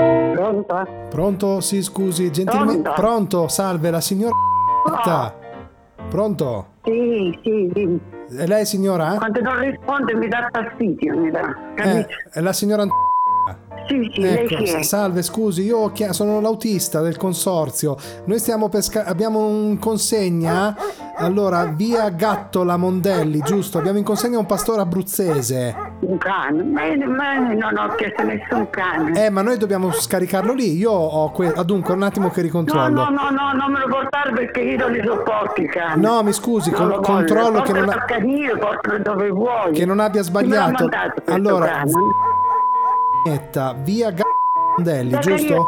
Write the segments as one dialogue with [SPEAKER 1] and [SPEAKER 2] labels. [SPEAKER 1] Pronto?
[SPEAKER 2] Pronto? Sì, scusi, gentilmente.
[SPEAKER 1] Pronto?
[SPEAKER 2] Pronto? Salve, la signora. Pronto?
[SPEAKER 1] Oh, Sì, sì, sì.
[SPEAKER 2] E lei signora?
[SPEAKER 1] Quando non risponde mi dà fastidio, mi dà.
[SPEAKER 2] Eh,
[SPEAKER 1] Capisci?
[SPEAKER 2] è la signora An-
[SPEAKER 1] Sì, sì, lei
[SPEAKER 2] Ecco,
[SPEAKER 1] chi è?
[SPEAKER 2] s- salve, scusi, io ho chia- sono l'autista del consorzio. Noi stiamo per sca- abbiamo in consegna allora via Gattola Mondelli, giusto? Abbiamo in consegna un pastore abruzzese.
[SPEAKER 1] Un cane? Ma, io- ma io non ho chiesto nessun cane.
[SPEAKER 2] Eh, ma noi dobbiamo scaricarlo lì. Io ho que- ah, dunque, un attimo che
[SPEAKER 1] No,
[SPEAKER 2] ricontrollo.
[SPEAKER 1] no, no, no, non me lo portare perché io non li sopporto i cani.
[SPEAKER 2] No, mi scusi,
[SPEAKER 1] Non
[SPEAKER 2] con-
[SPEAKER 1] lo voglio.
[SPEAKER 2] controllo che non,
[SPEAKER 1] Portalo
[SPEAKER 2] ha-
[SPEAKER 1] a canile, portalo dove vuoi.
[SPEAKER 2] che non abbia
[SPEAKER 1] Chi
[SPEAKER 2] sbagliato.
[SPEAKER 1] me l'ha mandato questo
[SPEAKER 2] Allora,
[SPEAKER 1] cane?
[SPEAKER 2] Netta, via Gattola Mondelli,
[SPEAKER 1] Ma che
[SPEAKER 2] giusto?
[SPEAKER 1] io-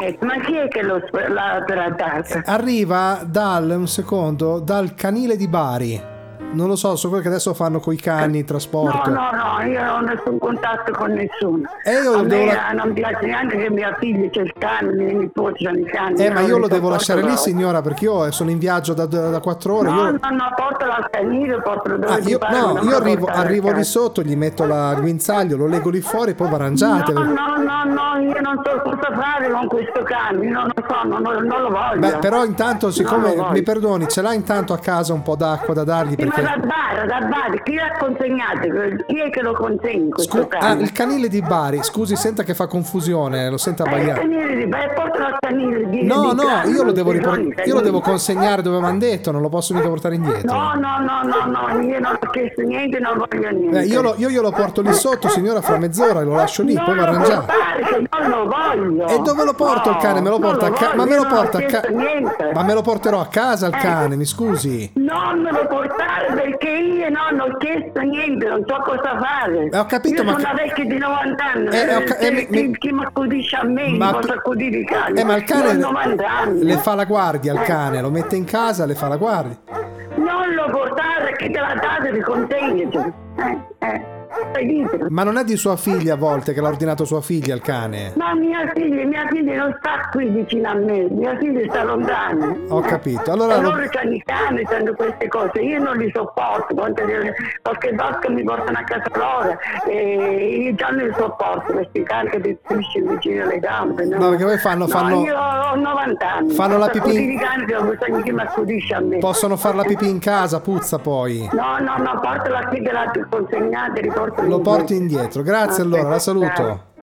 [SPEAKER 1] eh, Ma chi è che lo sp- l'ha trattata?
[SPEAKER 2] arriva dal un secondo dal canile di Bari non lo so so quello che adesso fanno coi cani il
[SPEAKER 1] No,
[SPEAKER 2] trasporto
[SPEAKER 1] no, no, io non ho nessun contatto con nessuno.
[SPEAKER 2] Eh, io
[SPEAKER 1] a
[SPEAKER 2] devo
[SPEAKER 1] me
[SPEAKER 2] la-
[SPEAKER 1] eh, non piace neanche che mia figlia c'è il cane, i miei nipoti c'hanno i cani.
[SPEAKER 2] eh ma
[SPEAKER 1] non
[SPEAKER 2] io
[SPEAKER 1] li
[SPEAKER 2] lo devo
[SPEAKER 1] sopporto
[SPEAKER 2] lasciare lì
[SPEAKER 1] proprio.
[SPEAKER 2] signora perché io eh, sono in viaggio da, da, da quattro ore
[SPEAKER 1] No,
[SPEAKER 2] io...
[SPEAKER 1] no, no, portalo al canile, portalo dove
[SPEAKER 2] Ah,
[SPEAKER 1] ti
[SPEAKER 2] io-
[SPEAKER 1] pare,
[SPEAKER 2] no,
[SPEAKER 1] non me
[SPEAKER 2] io
[SPEAKER 1] lo
[SPEAKER 2] arrivo,
[SPEAKER 1] portare
[SPEAKER 2] arrivo
[SPEAKER 1] al
[SPEAKER 2] lì
[SPEAKER 1] cane.
[SPEAKER 2] sotto, gli metto la guinzaglio, lo lego lì fuori, poi varangiate.
[SPEAKER 1] No, no, no, no, io non so cosa fare con questo cane, io non lo so, non, non- non lo voglio.
[SPEAKER 2] Beh, però intanto, siccome
[SPEAKER 1] No, no, vai.
[SPEAKER 2] mi perdoni, ce l'ha intanto a casa un po' d'acqua da dargli
[SPEAKER 1] Sì, Ma
[SPEAKER 2] perché.
[SPEAKER 1] da Bari, da Bari, chi l'ha consegnato? Chi è che lo consegna questo
[SPEAKER 2] Scu- ah,
[SPEAKER 1] cane?
[SPEAKER 2] il canile di Bari, scusi, senta che fa confusione, lo sento
[SPEAKER 1] Eh, il
[SPEAKER 2] abbagliare.
[SPEAKER 1] canile di Bari, portalo al canile di
[SPEAKER 2] No,
[SPEAKER 1] di
[SPEAKER 2] no,
[SPEAKER 1] cane,
[SPEAKER 2] io lo
[SPEAKER 1] non
[SPEAKER 2] devo,
[SPEAKER 1] ci sono
[SPEAKER 2] ripor-
[SPEAKER 1] i
[SPEAKER 2] io lo devo
[SPEAKER 1] canili.
[SPEAKER 2] consegnare dove mi hanno detto, non lo posso mica portare indietro.
[SPEAKER 1] No, no, no, no, no, io non ho chiesto niente, non voglio niente.
[SPEAKER 2] Eh, io, lo, io glielo porto lì sotto, signora, fra mezz'ora lo lascio lì,
[SPEAKER 1] non
[SPEAKER 2] poi va
[SPEAKER 1] lo
[SPEAKER 2] arrangiato.
[SPEAKER 1] portare, che non lo voglio.
[SPEAKER 2] E dove lo porto il cane? Me lo
[SPEAKER 1] No,
[SPEAKER 2] porto a
[SPEAKER 1] non
[SPEAKER 2] casa?
[SPEAKER 1] voglio,
[SPEAKER 2] Ma me
[SPEAKER 1] io
[SPEAKER 2] lo
[SPEAKER 1] non
[SPEAKER 2] porto a
[SPEAKER 1] ho
[SPEAKER 2] casa?
[SPEAKER 1] chiesto niente.
[SPEAKER 2] Ma me lo porterò a casa il
[SPEAKER 1] Eh.
[SPEAKER 2] cane, mi scusi.
[SPEAKER 1] Non me lo portare perché io non ho chiesto niente, non so cosa fare.
[SPEAKER 2] Eh, ho capito,
[SPEAKER 1] io
[SPEAKER 2] ma
[SPEAKER 1] sono
[SPEAKER 2] che-
[SPEAKER 1] una vecchia di 90 anni.
[SPEAKER 2] Eh, ho ca-
[SPEAKER 1] chi,
[SPEAKER 2] eh, mi- mi-
[SPEAKER 1] chi- chi mi accudisce a me
[SPEAKER 2] Ma-
[SPEAKER 1] ma... posso accudire i cani?
[SPEAKER 2] Eh, ma il cane
[SPEAKER 1] Io ho 90 anni.
[SPEAKER 2] le fa la guardia
[SPEAKER 1] Eh.
[SPEAKER 2] al cane, lo mette in casa, le fa la guardia.
[SPEAKER 1] Non lo portare che te la date di consegnato. Eh, eh, stai dietro.
[SPEAKER 2] Ma non è di sua figlia a volte che l'ha ordinato sua figlia il cane?
[SPEAKER 1] Ma mia figlia, mia figlia non sta qui vicino a me, mia figlia sta lontana.
[SPEAKER 2] Ho capito, Ah, allora
[SPEAKER 1] E
[SPEAKER 2] lo-
[SPEAKER 1] loro hanno i cani, hanno queste cose, io non li sopporto, quante- qualche volta mi portano a casa loro e io già non li sopporto, questi cani che ti strisciano vicino alle gambe. No,
[SPEAKER 2] No, perché poi fanno-
[SPEAKER 1] No,
[SPEAKER 2] fanno-
[SPEAKER 1] io ho 90 anni.
[SPEAKER 2] Fanno la
[SPEAKER 1] Posso
[SPEAKER 2] pipì-
[SPEAKER 1] accudire i cani che non bisogna che mi accudisce a me.
[SPEAKER 2] Possono far la pipì in casa, puzza poi.
[SPEAKER 1] No, no, no, portala qui, te la consegnate, riportala
[SPEAKER 2] Lo
[SPEAKER 1] in
[SPEAKER 2] porti
[SPEAKER 1] giro.
[SPEAKER 2] indietro. Grazie allora, la
[SPEAKER 1] Aspetta,
[SPEAKER 2] saluto.